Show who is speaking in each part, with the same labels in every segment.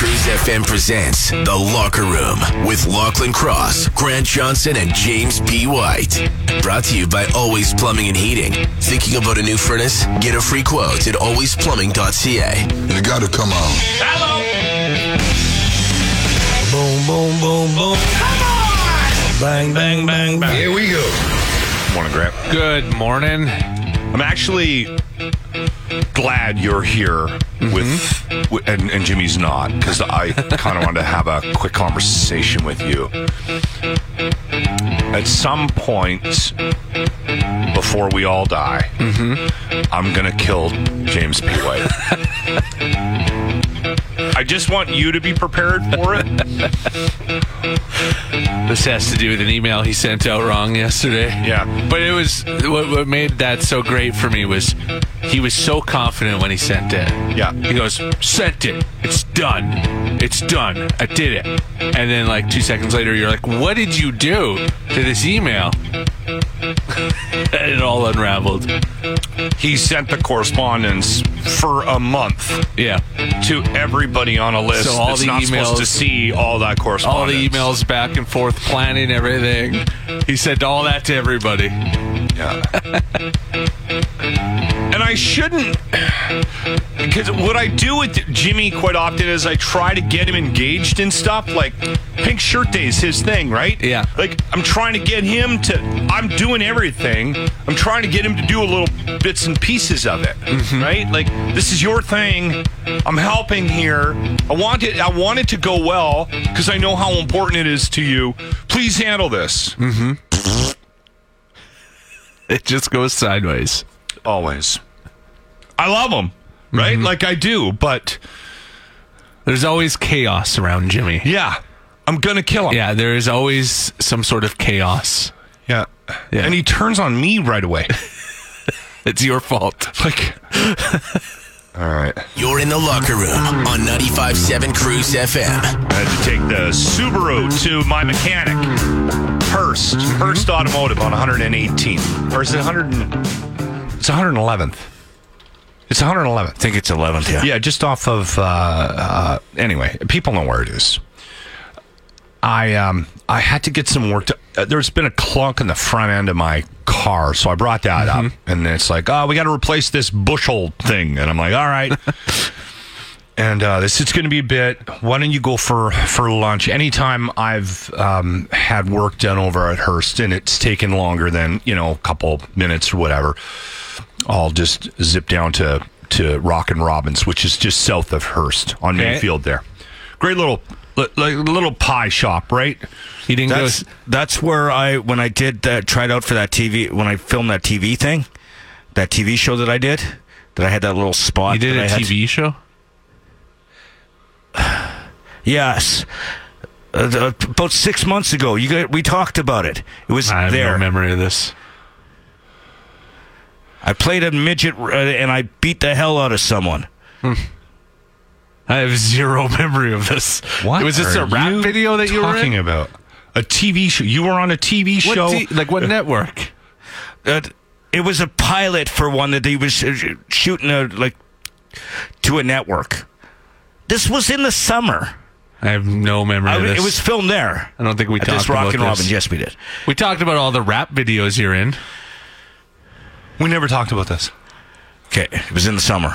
Speaker 1: Cruise FM presents The Locker Room with Lachlan Cross, Grant Johnson, and James B. White. Brought to you by Always Plumbing and Heating. Thinking about a new furnace? Get a free quote at alwaysplumbing.ca.
Speaker 2: You gotta come on.
Speaker 3: Boom, boom, boom, boom. Bang, bang, bang, bang.
Speaker 2: Here we go.
Speaker 4: Morning, Grant.
Speaker 5: Good morning.
Speaker 4: I'm actually glad you're here
Speaker 5: Mm-hmm.
Speaker 4: with, wi- and, and Jimmy's not, because I kind of wanted to have a quick conversation with you. At some point before we all die,
Speaker 5: Mm-hmm.
Speaker 4: I'm going to kill James P. White. I just want you to be prepared for it.
Speaker 5: This has to do with an email he sent out wrong yesterday.
Speaker 4: Yeah.
Speaker 5: But it was what, what made that so great for me was he was so confident when he sent it.
Speaker 4: Yeah.
Speaker 5: He goes, sent it. It's done. It's done. I did it. And then, like, two seconds later, you're like, what did you do to this email? and it all unraveled.
Speaker 4: He sent the correspondence for a month.
Speaker 5: Yeah.
Speaker 4: to everybody on a list
Speaker 5: So all
Speaker 4: that's
Speaker 5: the
Speaker 4: not
Speaker 5: emails-
Speaker 4: supposed to see all that
Speaker 5: All
Speaker 4: correspondence.
Speaker 5: the emails back and forth, planning everything. He sent all that to everybody.
Speaker 4: Yeah. and I shouldn't, because what I do with Jimmy quite often is I try to get him engaged in stuff. Like Pink Shirt Day is his thing, right?
Speaker 5: Yeah.
Speaker 4: Like I'm trying to get him to. I'm doing everything. I'm trying to get him to do a little bits and pieces of it,
Speaker 5: Mm-hmm.
Speaker 4: right? Like this is your thing. I'm helping here. I want it. I want it to go well because I know how important it is to you. Please handle this.
Speaker 5: It just goes sideways.
Speaker 4: always. I love him, right? Like I do, but
Speaker 5: There's always chaos around Jimmy.
Speaker 4: yeah, I'm gonna kill him.
Speaker 5: Yeah, there is always some sort of chaos.
Speaker 4: yeah.
Speaker 5: Yeah.
Speaker 4: And he turns on me right away.
Speaker 5: It's your fault.
Speaker 4: Like, all right.
Speaker 1: You're in The Locker Room on 95.7 Cruise FM.
Speaker 4: I had Uh, to take the Subaru to my mechanic, Hearst, Hearst Automotive on 118th, or is it 100? and- It's 111th. It's 111th.
Speaker 6: I think it's 11th. Yeah.
Speaker 4: Yeah, just off of. Uh, uh, anyway, people know where it is. I um I had to get some work. To, uh, there's been a clunk in the front end of my car, so I brought that up, and it's like, oh, we got to replace this bushel thing, and I'm like, all right. and uh, this is going to be a bit. Why don't you go for for lunch? Anytime I've um, had work done over at Hearst, and it's taken longer than you know a couple minutes or whatever, I'll just zip down to to Rock and Robbins, which is just south of Hearst on
Speaker 5: Okay.
Speaker 4: Mayfield. There, great little li- like little pie shop, right?
Speaker 5: He didn't go.
Speaker 6: That's
Speaker 5: s-
Speaker 6: that's where I when I did that tried out for that TV when I filmed that TV thing, that TV show that I did, that I had that little spot.
Speaker 5: He did
Speaker 6: that
Speaker 5: a
Speaker 6: I had-
Speaker 5: TV show.
Speaker 6: Yes. Uh, the- about six months ago, you got, we talked about it. It was
Speaker 5: I have
Speaker 6: there.
Speaker 5: no memory of this.
Speaker 6: I played a midget uh, and I beat the hell out of someone.
Speaker 5: I have zero memory of this. was this
Speaker 4: are
Speaker 5: a rap
Speaker 4: you
Speaker 5: video that you were
Speaker 4: talking
Speaker 5: in?
Speaker 4: about? A TV show? You were on a TV
Speaker 5: What
Speaker 4: show?
Speaker 5: t- like what network?
Speaker 6: Uh, it was a pilot for one that he was uh, shooting a, like to a network. This was in the summer.
Speaker 5: I have no memory
Speaker 6: I,
Speaker 5: of this.
Speaker 6: it was filmed there.
Speaker 5: I don't think we
Speaker 6: at
Speaker 5: talked
Speaker 6: this
Speaker 5: about
Speaker 6: Rock and
Speaker 5: this.
Speaker 6: Robin. Yes, we did.
Speaker 5: we talked about all the rap videos you're in.
Speaker 4: we never talked about this.
Speaker 6: Okay, it was in the summer.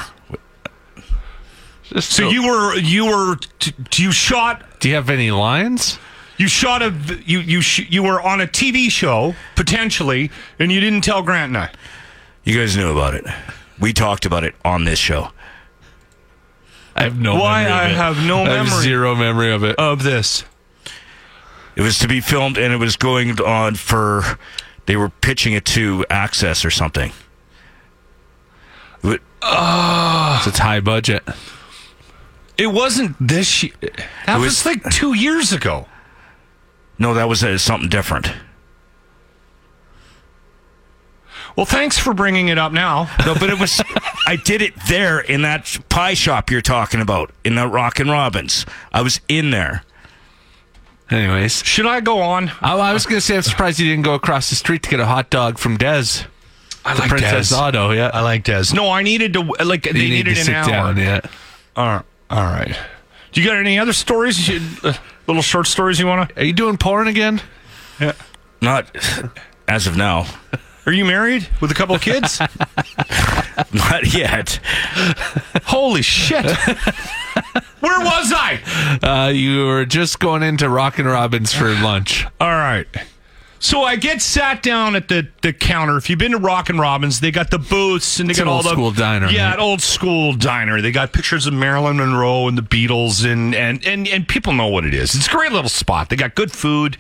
Speaker 4: So, you were you were t- t- you shot
Speaker 5: Do you have any lines?
Speaker 4: you shot a v- you you sh- you were on a TV show potentially, and you didn't tell Grant and I.
Speaker 6: You guys knew about it. We talked about it on this show.
Speaker 5: I have no.
Speaker 4: Why
Speaker 5: memory
Speaker 4: I
Speaker 5: of it.
Speaker 4: have no
Speaker 5: I have
Speaker 4: memory.
Speaker 5: zero memory of it.
Speaker 4: Of this,
Speaker 6: It was to be filmed, and it was going on for. They were pitching it to Access or something. It wa-
Speaker 5: it's high budget.
Speaker 4: It wasn't this year. That was,
Speaker 6: was-
Speaker 4: like two years ago.
Speaker 6: No, that was uh, something different.
Speaker 4: Well, thanks for bringing it up now.
Speaker 6: No, but it was. I did it there in that pie shop you're talking about in that Rock and Robbins. I was in there.
Speaker 5: Anyways, Oh,
Speaker 4: Should I go on?
Speaker 5: I, I was gonna say I'm surprised you didn't go across the street to get a hot dog from Des.
Speaker 4: I
Speaker 5: The Princess Auto, yeah.
Speaker 4: I like Des. No, I needed to like. They
Speaker 5: you
Speaker 4: needed
Speaker 5: need to
Speaker 4: an
Speaker 5: sit
Speaker 4: hour.
Speaker 5: down. Yeah.
Speaker 4: All right. All right. Do you got any other stories? You- uh, little short stories you want to?
Speaker 5: Are you doing porn again?
Speaker 6: Not as of now.
Speaker 4: Are you married with a couple of kids?
Speaker 6: Not yet.
Speaker 4: Holy shit! Where was I?
Speaker 5: Uh, you were just going into Rockin' Robbins for lunch.
Speaker 4: All right. So I get sat down at the, the counter. If you've been to Rock and Robbins, they got the booths and they
Speaker 5: It's
Speaker 4: got
Speaker 5: an
Speaker 4: all
Speaker 5: old
Speaker 4: the
Speaker 5: school diner,
Speaker 4: Yeah,
Speaker 5: right?
Speaker 4: an old school diner. They got pictures of Marilyn Monroe and the Beatles and and and and people know what it is. It's a great little spot. They got good food.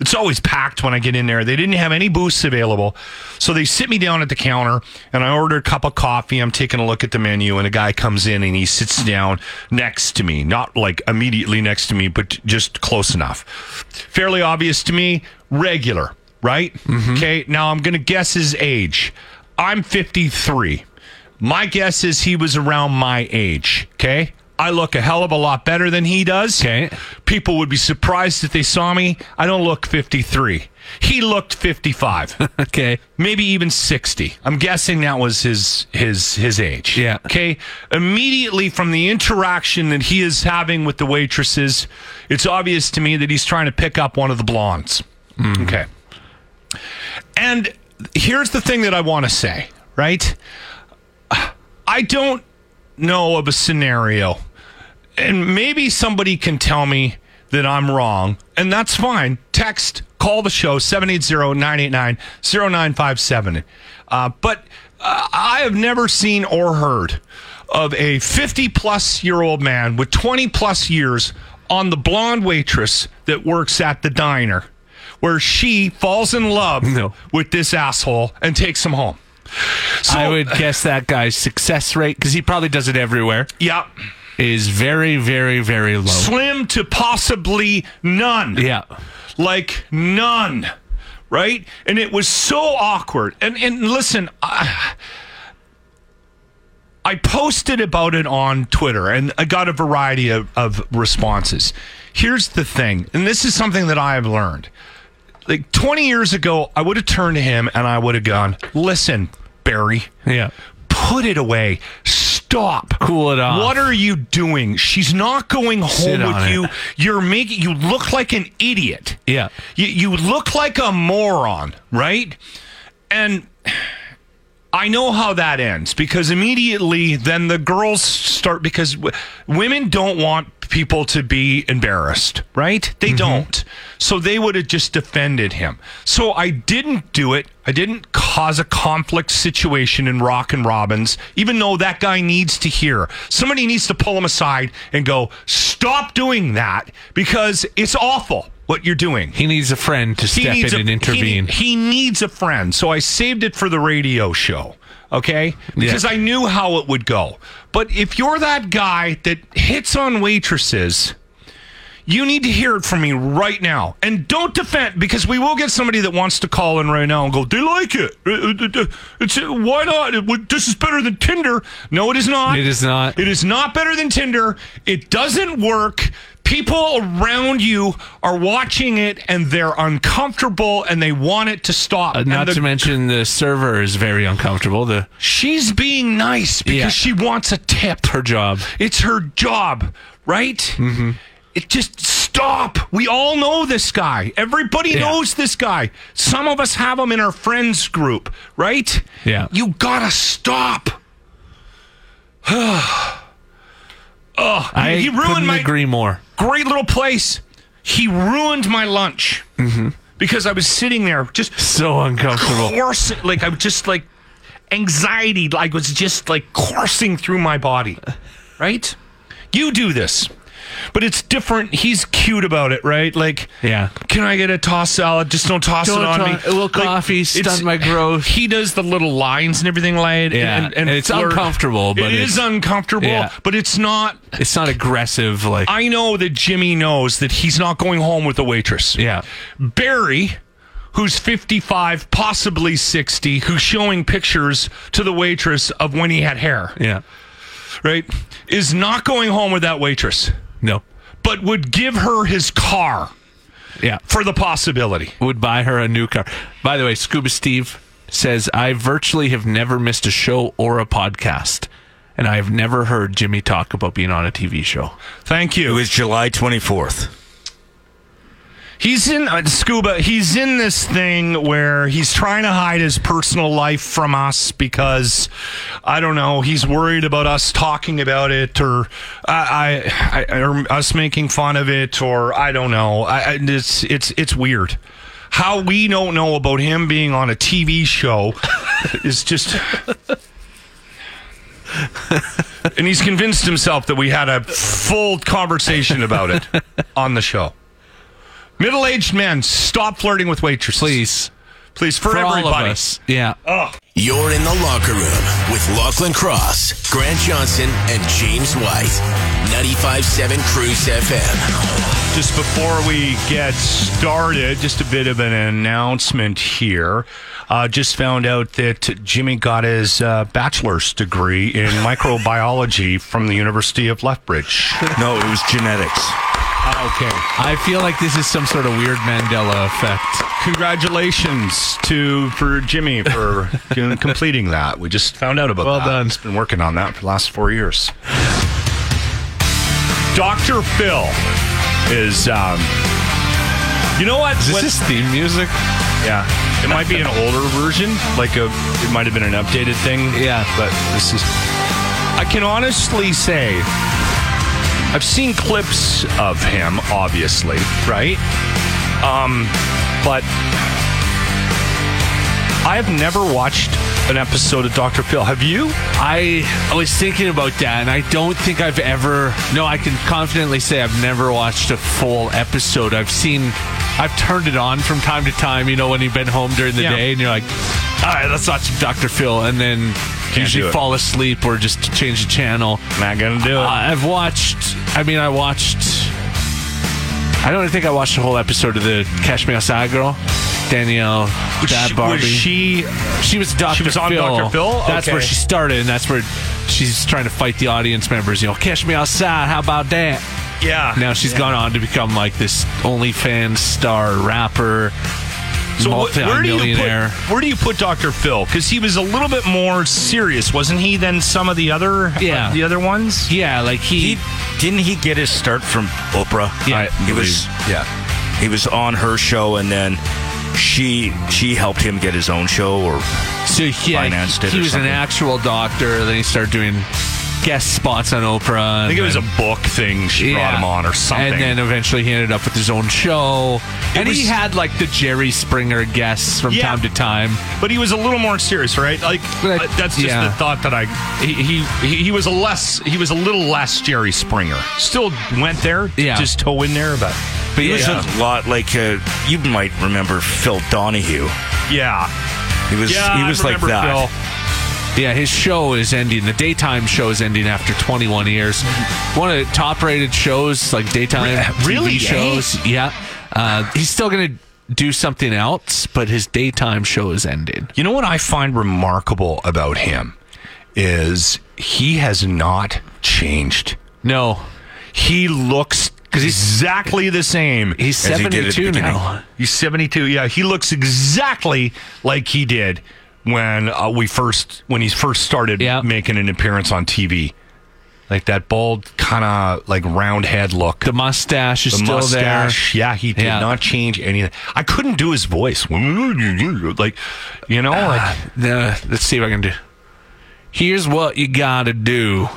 Speaker 4: It's always packed when I get in there. They didn't have any booths available, so they sit me down at the counter and I order a cup of coffee. I'm taking a look at the menu and a guy comes in and he sits down next to me, not like immediately next to me, but just close enough. Fairly obvious to me. Regular, right? Okay. Now I'm gonna guess his age. I'm 53. My guess is he was around my age. Okay. I look a hell of a lot better than he does.
Speaker 5: Okay.
Speaker 4: People would be surprised if they saw me. I don't look 53. He looked 55.
Speaker 5: Okay.
Speaker 4: maybe even 60 i'm guessing that was his his his age
Speaker 5: Yeah.
Speaker 4: okay immediately from the interaction that he is having with the waitresses it's obvious to me that he's trying to pick up one of the blondes
Speaker 5: Mm-hmm.
Speaker 4: okay and here's the thing that i want to say right i don't know of a scenario and maybe somebody can tell me that I'm wrong, and that's fine. Text, call the show, 780-989-0957. Uh, but uh, I have never seen or heard of a 50-plus-year-old man with 20-plus years on the blonde waitress that works at the diner where she falls in love
Speaker 5: No.
Speaker 4: with this asshole and takes him home. So,
Speaker 5: I would guess that guy's success rate, because he probably does it everywhere,
Speaker 4: yeah,
Speaker 5: is very, very, very low.
Speaker 4: slim to possibly none.
Speaker 5: yeah.
Speaker 4: like none right and it was so awkward and and listen I, I posted about it on twitter and i got a variety of, of responses here's the thing and this is something that i have learned like 20 years ago i would have turned to him and i would have gone listen barry
Speaker 5: Yeah.
Speaker 4: put it away stop
Speaker 5: Cool it off.
Speaker 4: what are you doing she's not going home
Speaker 5: Sit
Speaker 4: with
Speaker 5: on it.
Speaker 4: you you're making you look like an idiot
Speaker 5: Yeah.
Speaker 4: you, you look like a moron, right? And I know how that ends because immediately then the girls start because w- women don't want people to be embarrassed, right? They don't. So they would have just defended him. So I didn't do it. I didn't cause a conflict situation in Rock and Robbins, even though that guy needs to hear. Somebody needs to pull him aside and go, "Stop doing that because it's awful what you're doing."
Speaker 5: He needs a friend to step in
Speaker 4: a-
Speaker 5: and intervene.
Speaker 4: He, he needs a friend, so I saved it for the radio show. Okay, because I knew how it would go. But if you're that guy that hits on waitresses, you need to hear it from me right now, and don't defend because we will get somebody that wants to call in right now and go, "They like it. Uh, uh, uh, It's uh, why not? It would- This is better than Tinder." No, it is not.
Speaker 5: It is not.
Speaker 4: It is not better than Tinder. It doesn't work. People around you are watching it and they're uncomfortable and they want it to stop.
Speaker 5: Uh, not
Speaker 4: And the-
Speaker 5: to mention the server is very uncomfortable. The
Speaker 4: she's being nice because
Speaker 5: Yeah.
Speaker 4: she wants a tip.
Speaker 5: her job.
Speaker 4: It's her job, right? Mm-hmm. It just stop. We all know this guy. Everybody
Speaker 5: Yeah.
Speaker 4: knows this guy. Some of us have him in our friends group, right?
Speaker 5: Yeah.
Speaker 4: You gotta stop. oh,
Speaker 5: I
Speaker 4: he ruined
Speaker 5: couldn't
Speaker 4: my
Speaker 5: agree more.
Speaker 4: great little place. He ruined my lunch
Speaker 5: Mm-hmm.
Speaker 4: because I was sitting there just
Speaker 5: So uncomfortable.
Speaker 4: coursing, like I was just like anxiety, like was just like coursing through my body. Right? You do this. But it's different. He's cute about it, right? Like,
Speaker 5: Yeah.
Speaker 4: Can I get a tossed salad? Just don't toss
Speaker 5: Don't
Speaker 4: it on
Speaker 5: toss-
Speaker 4: me.
Speaker 5: a little coffee,
Speaker 4: it's-
Speaker 5: stunt my growth.
Speaker 4: He does the little lines and everything like,
Speaker 5: Yeah,
Speaker 4: and, and,
Speaker 5: and it's
Speaker 4: flirt.
Speaker 5: uncomfortable, but
Speaker 4: it is
Speaker 5: it's-
Speaker 4: uncomfortable.
Speaker 5: Yeah.
Speaker 4: But it's not.
Speaker 5: It's not aggressive. Like
Speaker 4: I know that Jimmy knows that he's not going home with a waitress.
Speaker 5: yeah,
Speaker 4: Barry, who's 55, possibly 60, who's showing pictures to the waitress of when he had hair,
Speaker 5: yeah.
Speaker 4: right, is not going home with that waitress,
Speaker 5: No.
Speaker 4: but would give her his car
Speaker 5: Yeah.
Speaker 4: for the possibility.
Speaker 5: would buy her a new car. By the way, Scuba Steve says, I virtually have never missed a show or a podcast. And I have never heard Jimmy talk about being on a TV show.
Speaker 4: Thank
Speaker 6: It
Speaker 4: you.
Speaker 6: was July 24th.
Speaker 4: He's in uh, scuba. He's in this thing where he's trying to hide his personal life from us because I don't know. He's worried about us talking about it, or I, I, I or us making fun of it, or I don't know. I, I, it's it's it's weird. How we don't know about him being on a TV show is just. and he's convinced himself that we had a full conversation about it on the show. Middle-aged men, stop flirting with waitresses,
Speaker 5: Please.
Speaker 4: Please, for,
Speaker 5: For all
Speaker 4: everybody. Oh.
Speaker 5: of us. Yeah.
Speaker 1: You're in the locker room with Lachlan Cross, Grant Johnson, and James White. 95.7 Cruise FM.
Speaker 4: Just before we get started, just a bit of an announcement here. Uh, just found out that Jimmy got his uh, bachelor's degree in microbiology from the University of Lethbridge.
Speaker 6: No, it was genetics.
Speaker 4: Okay.
Speaker 5: I feel like this is some sort of weird Mandela effect.
Speaker 4: Congratulations to for Jimmy for doing- completing that. We just found out about
Speaker 5: Well
Speaker 4: that.
Speaker 5: done.
Speaker 4: He's been working on that for the last four years. Dr. Phil is, um, you know what?
Speaker 5: Is
Speaker 4: What-
Speaker 5: this his theme music?
Speaker 4: yeah. It might be an older version, like a, it might have been an updated thing.
Speaker 5: Yeah.
Speaker 4: But this is, I can honestly say, I've seen clips of him, obviously, right? Um, but I have never watched an episode of Dr. Phil. Have you?
Speaker 5: I, I was thinking about that, and I don't think I've ever. No, I can confidently say I've never watched a full episode. I've seen. I've turned it on from time to time, you know, when you've been home during the
Speaker 4: Yeah.
Speaker 5: day and you're like, all right, let's watch Dr. Phil, and then
Speaker 4: do
Speaker 5: usually
Speaker 4: it.
Speaker 5: fall asleep or just change the channel.
Speaker 4: Not gonna do it.
Speaker 5: Uh, I've watched. I mean, I watched. I don't think I watched the whole episode of the Cash Me Outside Girl, Danielle, Bad Barbie.
Speaker 4: was she?
Speaker 5: She was Dr.
Speaker 4: was on
Speaker 5: Phil.
Speaker 4: Dr. Phil?
Speaker 5: That's
Speaker 4: Okay.
Speaker 5: where she started, and that's where she's trying to fight the audience members. You know, catch me outside. How about that?
Speaker 4: Yeah.
Speaker 5: Now she's gone on to become like this OnlyFans star rapper,
Speaker 4: So wh- where do you
Speaker 5: multi-millionaire.
Speaker 4: put where do you put Dr. Phil? Because he was a little bit more serious, wasn't he, than some of the other
Speaker 5: Yeah.
Speaker 4: uh, the other ones?
Speaker 5: yeah, like he,
Speaker 6: He didn't he get his start from Oprah?
Speaker 5: Yeah.
Speaker 6: he was
Speaker 4: Yeah.
Speaker 6: he was on her show, and then she she helped him get his own show. Or
Speaker 5: so yeah,
Speaker 6: financed
Speaker 5: he,
Speaker 6: it
Speaker 5: he
Speaker 6: or
Speaker 5: was
Speaker 6: something.
Speaker 5: an actual doctor. Then he started doing guest spots on Oprah.
Speaker 4: I think it was a book thing she brought him on or something.
Speaker 5: And then eventually he ended up with his own show. and he
Speaker 4: was-
Speaker 5: had like the Jerry Springer guests from
Speaker 4: Yeah.
Speaker 5: time to time.
Speaker 4: but he was a little more serious, right? Like
Speaker 5: But I-
Speaker 4: uh, that's just
Speaker 5: yeah.
Speaker 4: the thought that I he, he he was a less he was a little less Jerry Springer. Still went there,
Speaker 5: Yeah.
Speaker 4: just toe in there, but
Speaker 5: But
Speaker 6: he was
Speaker 5: yeah.
Speaker 6: a lot like uh, you might remember Phil Donahue.
Speaker 4: yeah,
Speaker 6: He was
Speaker 4: yeah,
Speaker 6: he was
Speaker 4: I
Speaker 6: like
Speaker 4: remember
Speaker 6: that.
Speaker 4: Phil.
Speaker 5: Yeah, his show is ending. The daytime show is ending after 21 years. One of the top-rated shows, like daytime TV
Speaker 4: really, eh?
Speaker 5: shows. Yeah, uh, he's still gonna do something else, but his daytime show is ending.
Speaker 4: You know what I find remarkable about him is he has not changed.
Speaker 5: No,
Speaker 4: He looks exactly the same.
Speaker 5: he's
Speaker 6: As he did at the
Speaker 5: 72 now.
Speaker 4: He's 72. Yeah, he looks exactly like he did when uh, we first when he first started
Speaker 5: Yeah.
Speaker 4: making an appearance on TV. Like that bald kind of like round head look.
Speaker 5: The mustache is
Speaker 4: The
Speaker 5: still
Speaker 4: mustache. Yeah, he did
Speaker 5: Yeah.
Speaker 4: not change anything. I couldn't do his voice. Like, you know, like
Speaker 5: there. Uh, let's see what I can do. Here's what you gotta do.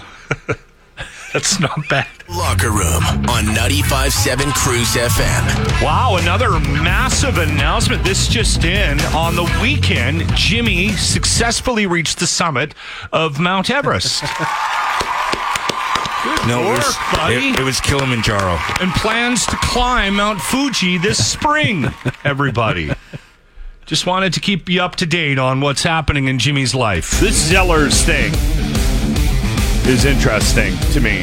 Speaker 4: that's not bad.
Speaker 1: Locker room on 95.7 Cruise FM.
Speaker 4: Wow, another massive announcement. This just in. On the weekend, Jimmy successfully reached the summit of Mount Everest.
Speaker 6: No, it
Speaker 5: work,
Speaker 6: was,
Speaker 4: buddy.
Speaker 6: It, it was Kilimanjaro.
Speaker 4: and plans to climb Mount Fuji this spring, everybody. Just wanted to keep you up to date on what's happening in Jimmy's life.
Speaker 2: This Zellers thing is interesting to me.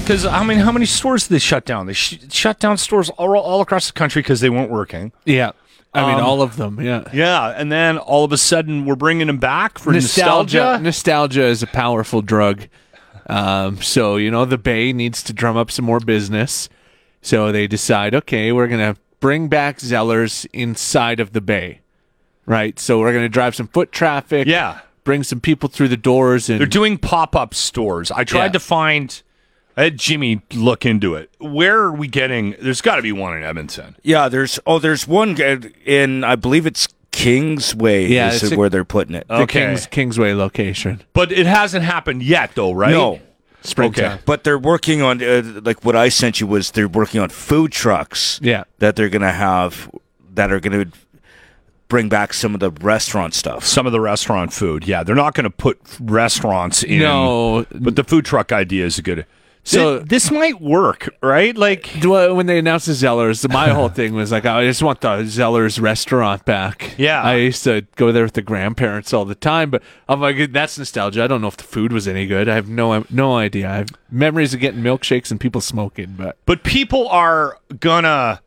Speaker 4: Because, I mean, how many stores did they shut down? They sh- shut down stores all, all across the country because they weren't working.
Speaker 5: Yeah. I mean,
Speaker 4: Um,
Speaker 5: all of them. Yeah.
Speaker 4: Yeah, and then all of a sudden we're bringing them back for nostalgia.
Speaker 5: Nostalgia is a powerful drug. Um, so you know the Bay needs to drum up some more business. So they decide, okay, we're gonna bring back Zellers inside of the Bay, right? So we're gonna drive some foot traffic.
Speaker 4: Yeah.
Speaker 5: Bring some people through the doors and
Speaker 4: They're doing pop up stores. I tried
Speaker 5: Yeah.
Speaker 4: to find. I had Uh, Jimmy look into it. Where are we getting? There's got to be one in Edmonton.
Speaker 6: Yeah, there's oh, there's one g- in I believe it's Kingsway.
Speaker 5: Yeah,
Speaker 6: is
Speaker 5: it's
Speaker 6: it
Speaker 5: a-
Speaker 6: where they're putting it.
Speaker 5: the Kings, Kingsway location.
Speaker 4: But it hasn't happened yet, though, right?
Speaker 6: No.
Speaker 5: Springtime.
Speaker 6: But they're working on uh, like what I sent you was they're working on food trucks.
Speaker 5: Yeah.
Speaker 6: that they're gonna have that are gonna bring back some of the restaurant stuff.
Speaker 4: Some of the restaurant food. Yeah, they're not going to put restaurants in.
Speaker 5: No.
Speaker 4: But the food truck idea is a good. So
Speaker 5: So-
Speaker 4: this might work, right? Like
Speaker 5: Well, when they announced the Zellers, my whole thing was like, I just want the Zellers restaurant back.
Speaker 4: Yeah.
Speaker 5: I used to go there with the grandparents all the time, but I'm like, that's nostalgia. I don't know if the food was any good. I have no no idea. I have memories of getting milkshakes and people smoking, but
Speaker 4: but people are gonna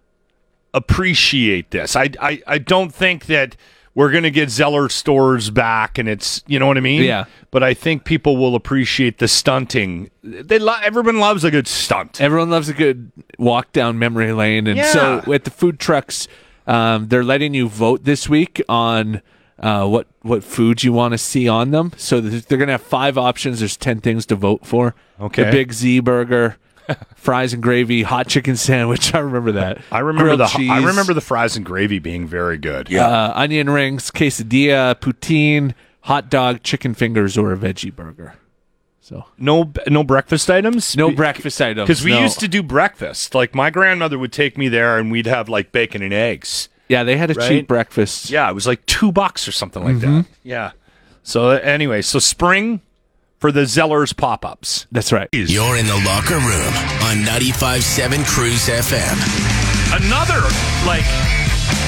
Speaker 4: appreciate this. I I, I don't think that we're gonna get Zeller stores back, and it's you know what I mean.
Speaker 5: Yeah.
Speaker 4: But I think people will appreciate the stunting. They lo- everyone loves a good stunt.
Speaker 5: everyone loves a good walk down memory lane. And so at the food trucks, um, they're letting you vote this week on uh, what what food you want to see on them. So th- they're gonna have five options. There's ten things to vote for.
Speaker 4: Okay.
Speaker 5: the Big Z burger, fries and gravy, hot chicken sandwich. I remember that.
Speaker 4: I remember
Speaker 5: Grilled
Speaker 4: the
Speaker 5: cheese,
Speaker 4: I remember the fries and gravy being very good.
Speaker 6: Yeah.
Speaker 5: uh, onion rings, quesadilla, poutine, hot dog, chicken fingers, or a veggie burger. So
Speaker 4: No no breakfast items.
Speaker 5: no
Speaker 4: Be-
Speaker 5: breakfast items
Speaker 4: Because we
Speaker 5: no.
Speaker 4: used to do breakfast. Like my grandmother would take me there, and we'd have like bacon and eggs.
Speaker 5: Yeah, they had a
Speaker 4: Right?
Speaker 5: cheap breakfast.
Speaker 4: Yeah, it was like two bucks or something like
Speaker 5: Mm-hmm.
Speaker 4: that. Yeah. So uh, anyway, so spring for the Zellers pop ups.
Speaker 5: That's right.
Speaker 1: You're in the locker room on 95.7 Cruise FM.
Speaker 4: Another like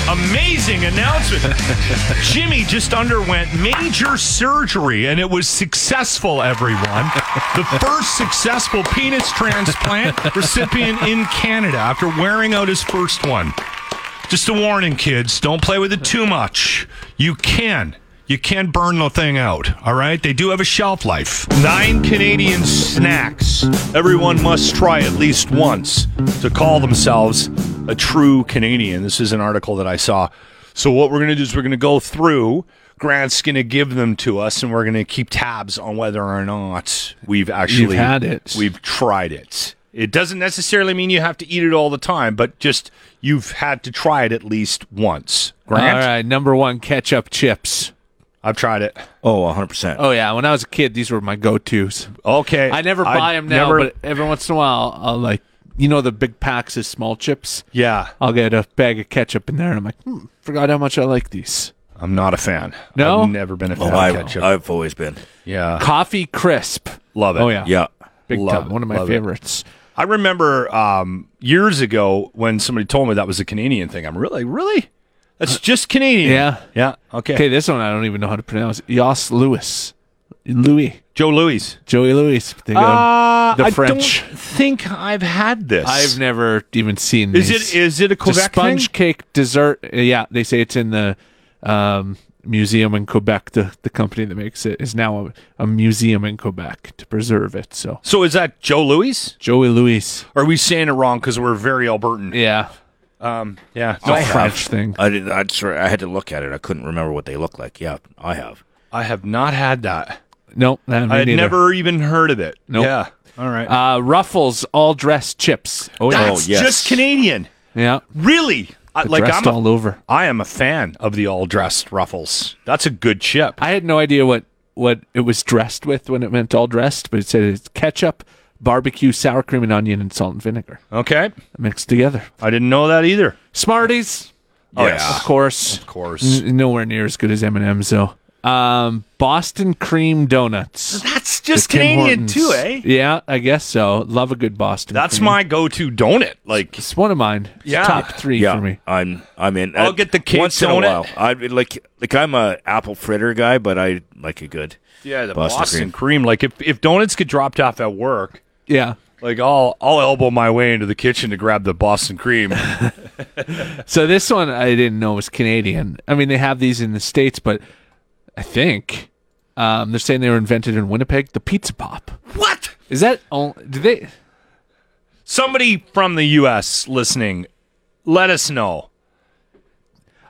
Speaker 4: amazing announcement. Jimmy just underwent major surgery, and it was successful. Everyone, the first successful penis transplant recipient in Canada after wearing out his first one. Just a warning, kids, don't play with it too much. You can. You can burn the thing out, all right? They do have a shelf life. Nine Canadian snacks. Everyone must try at least once to call themselves a true Canadian. This is an article that I saw. So, what we're going to do is we're going to go through. Grant's going to give them to us, and we're going to keep tabs on whether or not we've actually
Speaker 5: had it.
Speaker 4: We've tried it. It doesn't necessarily mean you have to eat it all the time, but just you've had to try it at least once. Grant,
Speaker 5: All right, number one, ketchup chips.
Speaker 4: I've tried it.
Speaker 6: Oh, 100 percent.
Speaker 5: Oh yeah, when I was a kid, these were my go-tos.
Speaker 4: Okay,
Speaker 5: I never buy them now,
Speaker 4: never-
Speaker 5: but every once in a while, I'll like, you know, the big packs of small chips.
Speaker 4: yeah,
Speaker 5: I'll get a bag of ketchup in there, and I'm like, hmm, forgot how much I like these.
Speaker 4: I'm not a fan.
Speaker 5: No?
Speaker 4: I've never been a fan
Speaker 6: Oh, I,
Speaker 4: of ketchup.
Speaker 6: I've always been.
Speaker 4: yeah,
Speaker 5: Coffee crisp.
Speaker 4: love it.
Speaker 5: Oh yeah,
Speaker 6: Yeah.
Speaker 5: big
Speaker 4: love
Speaker 5: time.
Speaker 4: it,
Speaker 5: One of my
Speaker 4: love it.
Speaker 5: favorites.
Speaker 4: I remember um, years ago when somebody told me that was a Canadian thing. I'm really, really. That's just Canadian.
Speaker 5: Yeah.
Speaker 4: yeah. Okay,
Speaker 5: Okay, this one I don't even know how to pronounce. Yoss Lewis, Louis,
Speaker 4: Joe Louis.
Speaker 5: Joey Louis. They go-
Speaker 4: Uh,
Speaker 5: The
Speaker 4: I
Speaker 5: French.
Speaker 4: don't think I've had this.
Speaker 5: I've never even seen.
Speaker 4: Is
Speaker 5: these.
Speaker 4: it is it a
Speaker 5: It's a
Speaker 4: Quebec
Speaker 5: sponge
Speaker 4: thing?
Speaker 5: cake dessert. Uh, Yeah, they say it's in the um, museum in Quebec. The the company that makes it is now a, a museum in Quebec to preserve it. So
Speaker 4: So is that Joe Louis?
Speaker 5: Joey Louis,
Speaker 4: Are we saying it wrong because we're very Albertan?
Speaker 5: yeah,
Speaker 4: yeah.
Speaker 5: a French thing.
Speaker 6: I didn't. I, sorry, I had to look at it. I couldn't remember what they look like. Yeah, I have.
Speaker 4: I have not had that.
Speaker 5: No, I
Speaker 4: I had never even heard of it.
Speaker 5: Nope.
Speaker 4: Yeah. All right.
Speaker 5: Uh, Ruffles all dressed chips. Oh yeah,
Speaker 4: That's
Speaker 6: Oh, yes.
Speaker 4: just Canadian.
Speaker 5: yeah,
Speaker 4: Really? I, like
Speaker 5: dressed
Speaker 4: I'm a,
Speaker 5: all over.
Speaker 4: I am a fan of the all dressed ruffles. That's a good chip.
Speaker 5: I had no idea what what it was dressed with when it meant all dressed, but it said it's ketchup, barbecue, sour cream and onion, and salt and vinegar
Speaker 4: Okay.
Speaker 5: mixed together.
Speaker 4: I didn't know that either.
Speaker 5: Smarties,
Speaker 4: Oh
Speaker 6: Yes.
Speaker 4: yeah.
Speaker 5: of course.
Speaker 4: Of course.
Speaker 5: N- nowhere near as good as M and M's though. Um, Boston cream donuts.
Speaker 4: That's just
Speaker 5: Tim
Speaker 4: Canadian
Speaker 5: Hortons.
Speaker 4: too, eh?
Speaker 5: Yeah, I guess so. Love a good Boston.
Speaker 4: That's
Speaker 5: cream.
Speaker 4: my go-to donut. Like,
Speaker 5: It's one of mine. It's
Speaker 4: Yeah.
Speaker 5: top three
Speaker 6: yeah,
Speaker 5: for me.
Speaker 6: I'm I'm in.
Speaker 4: I'll
Speaker 6: Uh,
Speaker 4: get the kid
Speaker 6: once in
Speaker 4: donut.
Speaker 6: a while. I like like I'm a apple fritter guy, but I like a good.
Speaker 4: yeah, the
Speaker 6: Boston
Speaker 4: Boston,
Speaker 6: cream.
Speaker 4: cream. Like, if, if donuts get dropped off at work,
Speaker 5: Yeah.
Speaker 4: like I'll I'll elbow my way into the kitchen to grab the Boston cream.
Speaker 5: So this one I didn't know was Canadian. I mean, they have these in the states, but I think um, they're saying they were invented in Winnipeg. The pizza pop.
Speaker 4: what?
Speaker 5: Is that all? Do they?
Speaker 4: Somebody from the U.S. listening, let us know.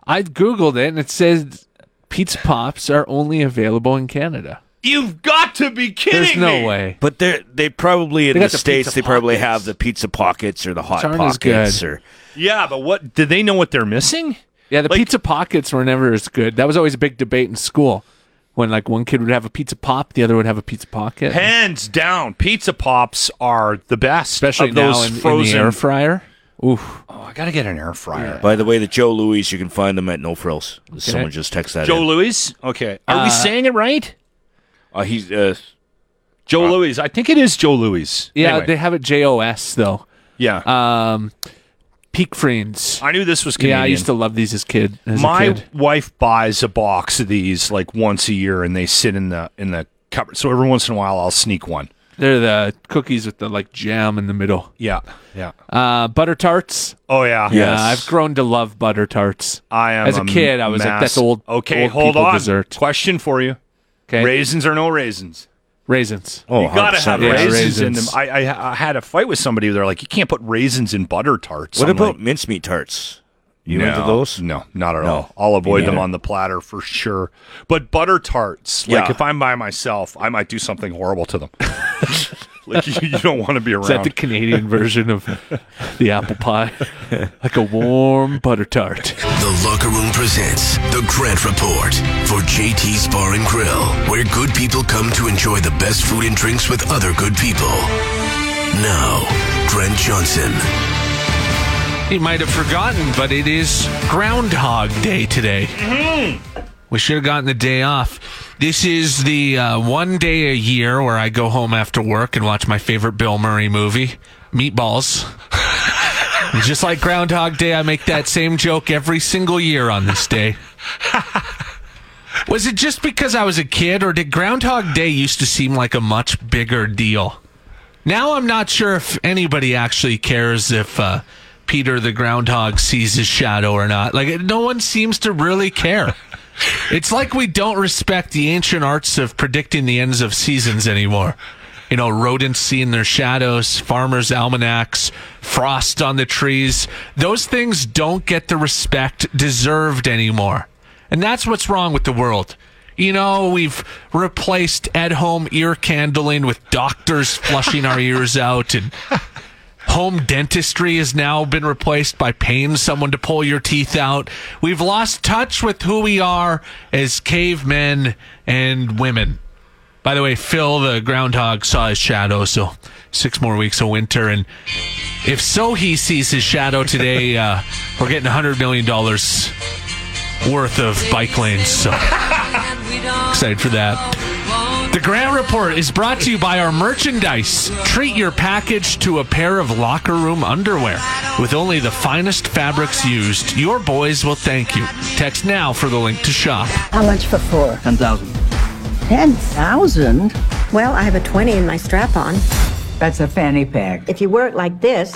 Speaker 5: I googled it and it says pizza pops are only available in Canada.
Speaker 4: You've got to be kidding
Speaker 5: There's no
Speaker 4: me.
Speaker 5: way.
Speaker 6: But they they probably in
Speaker 5: They
Speaker 6: the
Speaker 5: got the
Speaker 6: states
Speaker 5: pizza
Speaker 6: they probably
Speaker 5: pockets.
Speaker 6: have the pizza pockets or the hot
Speaker 5: Which aren't as
Speaker 6: pockets
Speaker 5: good.
Speaker 6: or
Speaker 4: Yeah, but what? Did they know what they're missing?
Speaker 5: Yeah, the
Speaker 4: Like-
Speaker 5: pizza pockets were never as good. That was always a big debate in school when like one kid would have a pizza pop, the other would have a pizza pocket.
Speaker 4: Hands down, pizza pops are the best,
Speaker 5: Especially
Speaker 4: of
Speaker 5: now
Speaker 4: those
Speaker 5: in, in
Speaker 4: frozen.
Speaker 5: the air fryer. Oof.
Speaker 7: I gotta get an air fryer.
Speaker 6: By the way, the Joe Louis, you can find them at No Frills. Someone just texted that.
Speaker 4: Joe
Speaker 6: in.
Speaker 4: Louis. Okay, are we saying it right?
Speaker 6: Uh, he's uh,
Speaker 4: Joe Louis. I think it is Joe Louis.
Speaker 5: uh, Yeah,
Speaker 4: Anyway,
Speaker 5: they have it J O S though.
Speaker 4: yeah.
Speaker 5: Um, Peak Friends.
Speaker 4: I knew this was Canadian.
Speaker 5: Yeah, I used to love these as kid. As a
Speaker 4: My
Speaker 5: kid.
Speaker 4: wife buys a box of these like once a year, and they sit in the in the cupboard. So every once in a while, I'll sneak one.
Speaker 5: they're the cookies with the like jam in the middle.
Speaker 4: Yeah, yeah.
Speaker 5: Uh, butter tarts.
Speaker 4: Oh yeah,
Speaker 5: Yeah, I've grown to love butter tarts.
Speaker 4: I am
Speaker 5: As a kid, I was like,
Speaker 4: mass-
Speaker 5: that's old-
Speaker 4: Okay,
Speaker 5: old
Speaker 4: hold
Speaker 5: people
Speaker 4: on.
Speaker 5: dessert.
Speaker 4: Question for you:
Speaker 5: Okay,
Speaker 4: Raisins or no raisins?
Speaker 5: raisins.
Speaker 6: oh,
Speaker 4: you gotta have
Speaker 6: 100%
Speaker 5: yeah,
Speaker 4: raisins, in them.
Speaker 5: raisins.
Speaker 4: I, I I had a fight with somebody. They're like, you can't put raisins in butter tarts.
Speaker 6: What
Speaker 4: I'm
Speaker 6: about
Speaker 4: like,
Speaker 6: mincemeat tarts? You
Speaker 4: no,
Speaker 6: into those?
Speaker 4: No, not at
Speaker 6: No.
Speaker 4: all. I'll avoid
Speaker 6: Me
Speaker 4: them
Speaker 6: neither.
Speaker 4: on the platter for sure. But butter tarts, like
Speaker 6: Yeah.
Speaker 4: if I'm by myself, I might do something horrible to them. like you, you don't want to be around.
Speaker 5: Is that the Canadian version of the apple pie? like a warm butter tart.
Speaker 1: The Locker Room presents The Grant Report for JT's Bar and Grill, where good people come to enjoy the best food and drinks with other good people. Now, Grant Johnson.
Speaker 5: He might have forgotten, but it is Groundhog Day today. We should have gotten the day off. This is the uh, one day a year where I go home after work and watch my favorite Bill Murray movie, Meatballs. And Just like Groundhog Day, I make that same joke every single year on this day. Was it just because I was a kid, or did Groundhog Day used to seem like a much bigger deal? Now I'm not sure if anybody actually cares if uh, Peter the Groundhog sees his shadow or not. Like, no one seems to really care. it's like we don't respect the ancient arts of predicting the ends of seasons anymore. You know, rodents seeing their shadows, farmers' almanacs, frost on the trees. Those things don't get the respect deserved anymore. And that's what's wrong with the world. You know, we've replaced at home ear candling with doctors flushing our ears out, and home dentistry has now been replaced by paying someone to pull your teeth out. We've lost touch with who we are as cavemen and women. By the way, Phil the groundhog saw his shadow, so six more weeks of winter. And if so, he sees his shadow today, uh, we're getting $100 million worth of bike lanes. So excited for that. The Grant Report is brought to you by our merchandise. Treat your package to a pair of locker room underwear. With only the finest fabrics used, your boys will thank you. Text now for the link to shop.
Speaker 8: How much for four?
Speaker 9: 10,000.
Speaker 8: 10,000?
Speaker 9: Well, I have a 20 in my strap on.
Speaker 8: That's a fanny pack.
Speaker 9: If you wear it like this,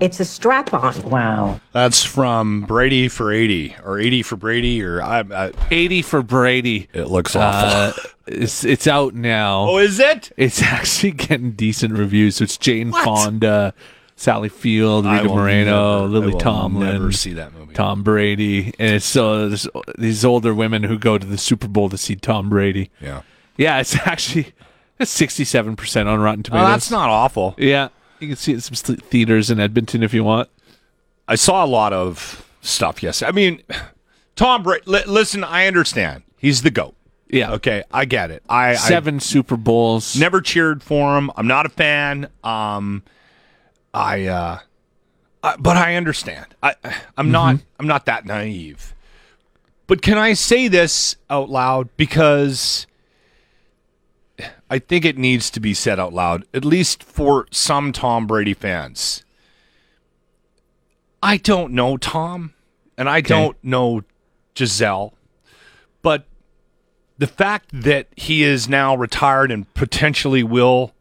Speaker 9: it's a strap on.
Speaker 8: Wow.
Speaker 4: That's from Brady for eighty or eighty for Brady or I. I
Speaker 5: 80 for Brady. Uh,
Speaker 4: it looks awful.
Speaker 5: it's, it's out now.
Speaker 4: oh, is it?
Speaker 5: It's actually getting decent reviews. So it's Jane Fonda, Sally Field,
Speaker 4: I
Speaker 5: Rita
Speaker 4: will
Speaker 5: Moreno,
Speaker 4: never- I
Speaker 5: Lily
Speaker 4: will
Speaker 5: Tomlin.
Speaker 4: never see that movie.
Speaker 5: Tom Brady, and it's so this, these older women who go to the Super Bowl to see Tom Brady.
Speaker 4: Yeah.
Speaker 5: Yeah, it's actually it's sixty-seven percent on Rotten
Speaker 4: Oh,
Speaker 5: Tomatoes.
Speaker 4: that's not awful.
Speaker 5: Yeah, you can see it in some st- theaters in Edmonton if you want.
Speaker 4: I saw a lot of stuff yesterday. I mean, Tom Brady. Li- listen, I understand. He's the goat.
Speaker 5: Yeah,
Speaker 4: Okay, I get it. I I-
Speaker 5: Seven Super Bowls.
Speaker 4: Never cheered for him. I'm not a fan. Um, I, uh, I but I understand. I, I'm not. I'm not that naive.
Speaker 10: But can I say this out loud? Because I think it needs to be said out loud, at least for some Tom Brady fans. I don't know Tom, and I don't know Giselle, but the fact that he is now retired and potentially will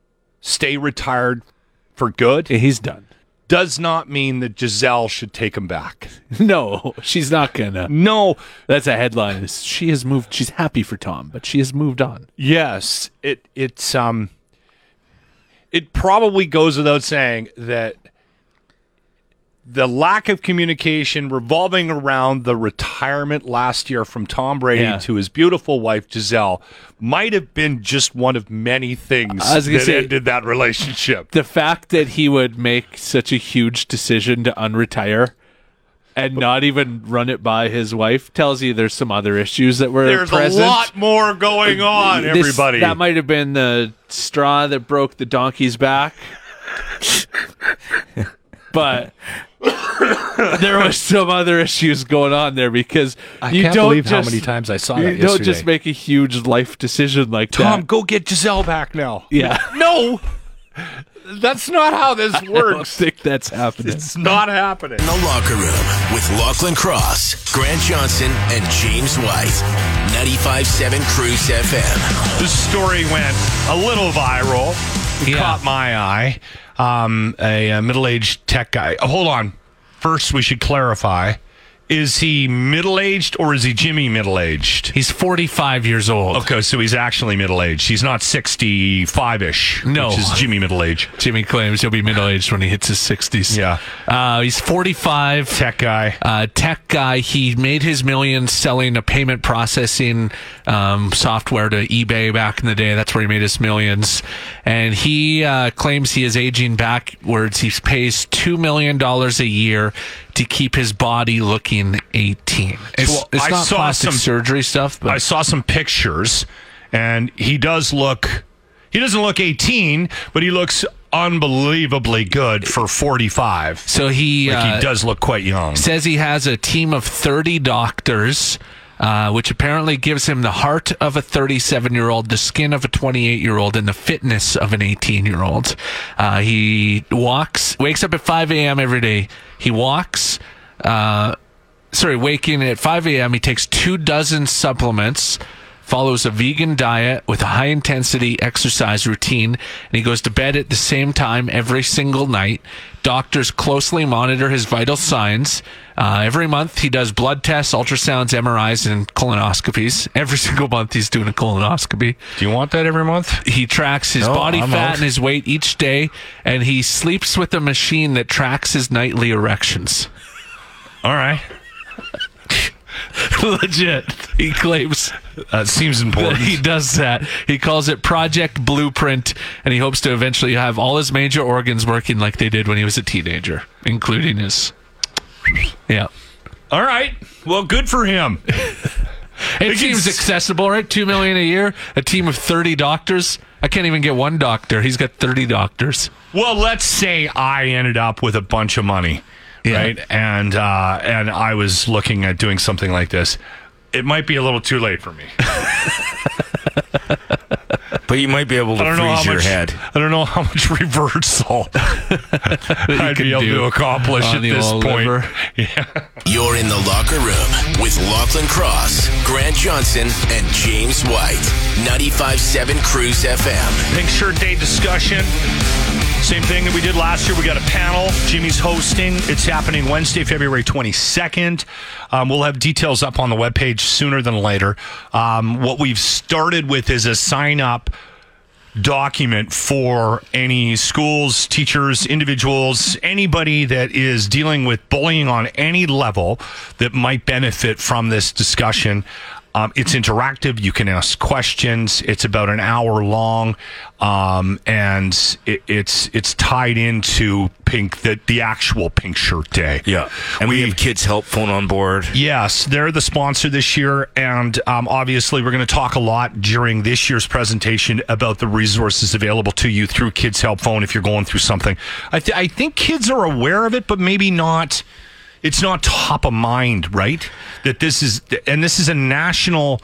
Speaker 10: stay retired for good.
Speaker 11: he's done.
Speaker 10: Does not mean that Giselle should take him back.
Speaker 11: No, she's not gonna.
Speaker 10: No,
Speaker 11: that's a headline. Is she has moved? She's happy for Tom, but she has moved on.
Speaker 10: Yes, it it's um it probably goes without saying that the lack of communication revolving around the retirement last year from Tom Brady
Speaker 11: Yeah.
Speaker 10: to his beautiful wife Giselle might have been just one of many things
Speaker 11: I was gonna
Speaker 10: that
Speaker 11: say-
Speaker 10: ended that relationship.
Speaker 11: The fact that he would make such a huge decision to unretire and not even run it by his wife tells you there's some other issues that were
Speaker 10: There's
Speaker 11: present.
Speaker 10: a lot more going on,
Speaker 11: This-
Speaker 10: everybody.
Speaker 11: that might have been the straw that broke the donkey's back. but there was some other issues going on there because
Speaker 5: I
Speaker 11: you
Speaker 5: can't
Speaker 11: don't
Speaker 5: believe how
Speaker 11: just-
Speaker 5: many times I saw
Speaker 11: you
Speaker 5: that
Speaker 11: don't just
Speaker 5: yesterday.
Speaker 11: make a huge life decision like
Speaker 10: Tom,
Speaker 11: that.
Speaker 10: go get Giselle back now.
Speaker 11: Yeah.
Speaker 10: No. That's not how this
Speaker 11: I don't
Speaker 10: works.
Speaker 11: think that's happening.
Speaker 10: It's not happening.
Speaker 1: The Locker Room with Lachlan Cross, Grant Johnson, and James White. 95.7 Cruise FM.
Speaker 4: The story went a little viral. It Caught my eye. Um, a, uh middle-aged tech guy. Oh, hold on. First, we should clarify: is he middle-aged or is he Jimmy middle-aged?
Speaker 5: He's 45 years old.
Speaker 4: Okay, so he's actually middle-aged. He's not 65-ish.
Speaker 5: No.
Speaker 4: which is Jimmy middle-aged.
Speaker 5: Jimmy claims he'll be middle aged when he hits his 60s.
Speaker 4: Yeah.
Speaker 5: Uh, he's 45.
Speaker 4: Tech guy.
Speaker 5: Uh, tech guy. He made his millions selling a payment processing um, software to eBay back in the day. That's where he made his millions. And he uh, claims he is aging backwards. He pays $2 million a year to keep his body looking 18. It's,
Speaker 4: Well,
Speaker 5: it's
Speaker 4: I
Speaker 5: not
Speaker 4: saw
Speaker 5: plastic
Speaker 4: some-
Speaker 5: surgery stuff, but
Speaker 4: I saw some pictures, and he does look. He doesn't look 18, but he looks unbelievably good for 45.
Speaker 5: So he,
Speaker 4: like
Speaker 5: uh,
Speaker 4: he does look quite young.
Speaker 5: says he has a team of 30 doctors, uh, which apparently gives him the heart of a 37 year old, the skin of a 28 year old, and the fitness of an 18 year old. Uh, he walks, wakes up at 5 a.m. every day. He walks, uh, sorry, waking at 5 a.m. He takes two dozen supplements. Follows a vegan diet with a high intensity exercise routine, and he goes to bed at the same time every single night. Doctors closely monitor his vital signs. Uh, every month, he does blood tests, ultrasounds, MRIs, and colonoscopies. Every single month, he's doing a colonoscopy.
Speaker 4: Do you want that every month?
Speaker 5: He tracks his
Speaker 4: No,
Speaker 5: body
Speaker 4: I'm
Speaker 5: fat
Speaker 4: out.
Speaker 5: and his weight each day, and he sleeps with a machine that tracks his nightly erections.
Speaker 4: All right.
Speaker 5: Legit, he claims.
Speaker 4: That seems important.
Speaker 5: He does that. He calls it Project Blueprint, and he hopes to eventually have all his major organs working like they did when he was a teenager, including his. Yeah.
Speaker 4: All right. Well, good for him.
Speaker 5: It seems accessible, right? Two million a year, a team of thirty doctors. I can't even get one doctor. He's got thirty doctors.
Speaker 4: Well, let's say I ended up with a bunch of money,
Speaker 5: Yeah.
Speaker 4: right? And uh, and I was looking at doing something like this. It might be a little too late for me.
Speaker 6: But you might be able to
Speaker 4: I don't know how
Speaker 6: freeze your
Speaker 4: much.
Speaker 6: head.
Speaker 4: I don't know how much reversal I'd
Speaker 5: can
Speaker 4: be able
Speaker 5: do
Speaker 4: to accomplish
Speaker 5: on
Speaker 4: at
Speaker 5: the
Speaker 4: this
Speaker 5: old
Speaker 4: point.
Speaker 5: liver.
Speaker 1: You're in the Locker Room with Lachlan Cross, Grant Johnson, and James White. 95.7 Cruise FM.
Speaker 4: Pink Shirt Day discussion. Same thing that we did last year. We got a panel. Jimmy's hosting. It's happening Wednesday, February 22nd. Um, we'll have details up on the webpage sooner than later. Um, what we've started with is a sign up document for any schools, teachers, individuals, anybody that is dealing with bullying on any level that might benefit from this discussion. Um, it's interactive. You can ask questions. It's about an hour long, um, and it, it's it's tied into pink the, the actual pink shirt day.
Speaker 6: Yeah. And we, have Kids Help Phone on board.
Speaker 4: Yes, they're the sponsor this year, and um, obviously we're going to talk a lot during this year's presentation about the resources available to you through Kids Help Phone if you're going through something. I, th- I think kids are aware of it, but maybe not. it's not top of mind, right? That this is and this is a national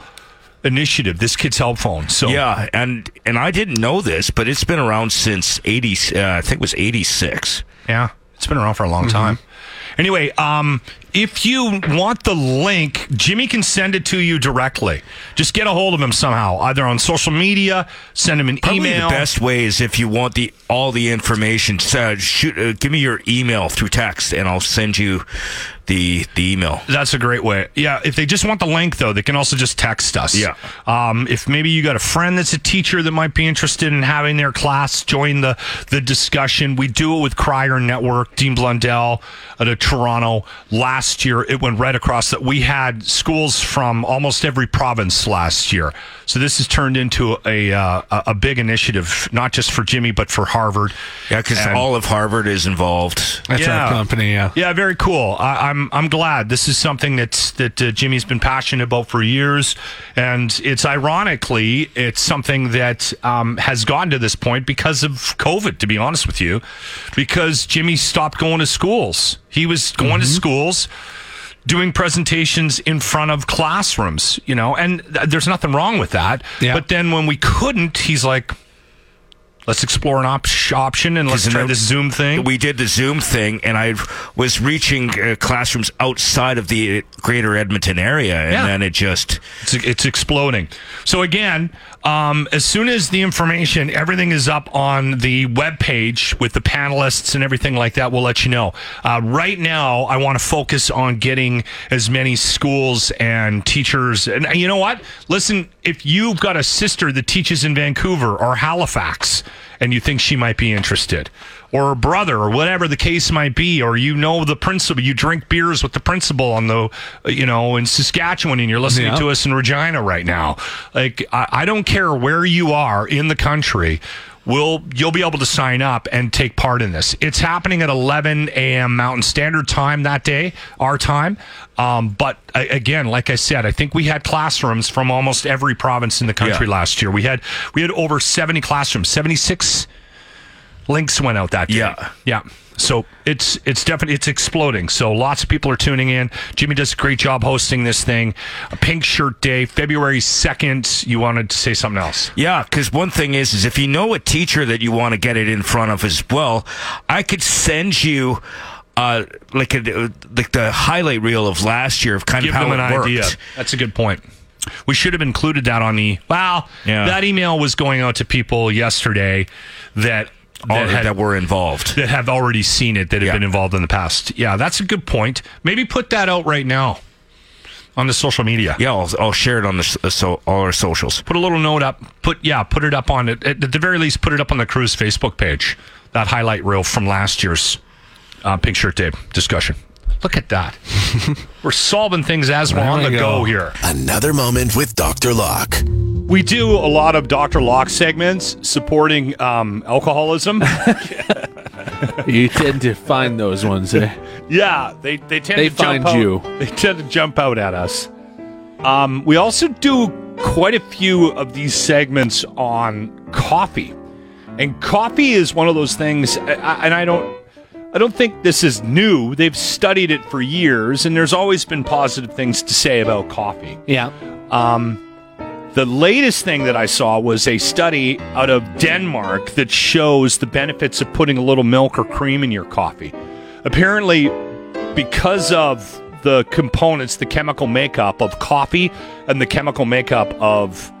Speaker 4: initiative. This kid's help phone. So
Speaker 6: yeah, and and I didn't know this, but it's been around since eighty. Uh, I think it was eighty six.
Speaker 4: Yeah, it's been around for a long
Speaker 6: Mm-hmm.
Speaker 4: time. Anyway, um, if you want the link, Jimmy can send it to you directly. Just get a hold of him somehow, either on social media, send him an
Speaker 6: Probably
Speaker 4: email.
Speaker 6: the best way is if you want the all the information. So shoot, uh, give me your email through text, and I'll send you the the email.
Speaker 4: That's a great way. Yeah, if they just want the link though, they can also just text us.
Speaker 6: Yeah.
Speaker 4: Um, if maybe you got a friend that's a teacher that might be interested in having their class join the the discussion, we do it with Crier Network, Dean Blundell out of Toronto. Last year, it went right across that we had schools from almost every province last year. So this has turned into a uh, a a big initiative, not just for Jimmy but for Harvard.
Speaker 6: Yeah, because
Speaker 4: And-
Speaker 6: all of Harvard is involved.
Speaker 4: yeah. Yeah, very cool. I, I'm I'm glad this is something that's that uh, Jimmy's been passionate about for years, and it's ironically it's something that um, has gotten to this point because of COVID. To be honest with you, because Jimmy stopped going to schools. He was going to schools. Doing presentations in front of classrooms, you know, and th- there's nothing wrong with that.
Speaker 12: Yeah.
Speaker 4: But then when we couldn't, he's like, let's explore an op- option and let's
Speaker 6: Because
Speaker 4: try
Speaker 6: no-
Speaker 4: this Zoom thing.
Speaker 6: We did the Zoom thing, and I was reaching uh, classrooms outside of the uh, greater Edmonton area, and
Speaker 4: Yeah.
Speaker 6: then it just.
Speaker 4: It's, it's exploding. So again, um, as soon as the information, everything is up on the webpage with the panelists and everything like that, we'll let you know. Uh, right now, I want to focus on getting as many schools and teachers. And you know what? Listen, if you've got a sister that teaches in Vancouver or Halifax, and you think she might be interested, or a brother, or whatever the case might be, or you know the principal, you drink beers with the principal on the, you know, in Saskatchewan, and you're listening
Speaker 12: Yeah.
Speaker 4: to us in Regina right now. Like, I, I don't care where you are in the country. Will you'll be able to sign up and take part in this? It's happening at 11 a.m. Mountain Standard Time that day, our time. Um, but a- again, like I said, I think we had classrooms from almost every province in the country last year. We had we had over 70 classrooms, 76 links went out that day.
Speaker 6: Yeah.
Speaker 4: yeah. So it's it's definitely it's exploding. So lots of people are tuning in. Jimmy does a great job hosting this thing. A pink shirt day, February second. You wanted to say something else?
Speaker 6: Yeah, because one thing is, is if you know a teacher that you want to get it in front of as well, I could send you. Uh, like a, like the highlight reel of last year of kind
Speaker 4: Give
Speaker 6: of how
Speaker 4: them an
Speaker 6: it worked.
Speaker 4: idea. That's a good point. We should have included that on the. Wow,
Speaker 6: Yeah.
Speaker 4: that email was going out to people yesterday that
Speaker 6: All- Oh, that were involved
Speaker 4: that have already seen it that have
Speaker 6: Yeah.
Speaker 4: been involved in the past. Yeah, that's a good point. Maybe put that out right now on the social media.
Speaker 6: Yeah, I'll, I'll share it on the s- uh, so all our socials.
Speaker 4: put a little note up. Put yeah, put it up on it at the very least. Put it up on the cruise Facebook page. That highlight reel from last year's uh, pink shirt day discussion. Look at that. We're solving things as we're
Speaker 12: There
Speaker 4: on
Speaker 12: we
Speaker 4: the go.
Speaker 12: go.
Speaker 4: here.
Speaker 1: Another moment with Dr. Locke.
Speaker 13: We do a lot of Dr. Locke segments supporting um, alcoholism.
Speaker 12: you tend to find those ones. Eh?
Speaker 13: yeah, they, they tend
Speaker 12: They
Speaker 13: to jump
Speaker 12: find
Speaker 13: out.
Speaker 12: you.
Speaker 13: They tend to jump out at us. Um, we also do quite a few of these segments on coffee, and coffee is one of those things. I- I- And I don't, I don't think this is new. They've studied it for years, and there's always been positive things to say about coffee.
Speaker 12: Yeah.
Speaker 13: Um, the latest thing that I saw was a study out of Denmark that shows the benefits of putting a little milk or cream in your coffee. Apparently, because of the components, the chemical makeup of coffee and the chemical makeup of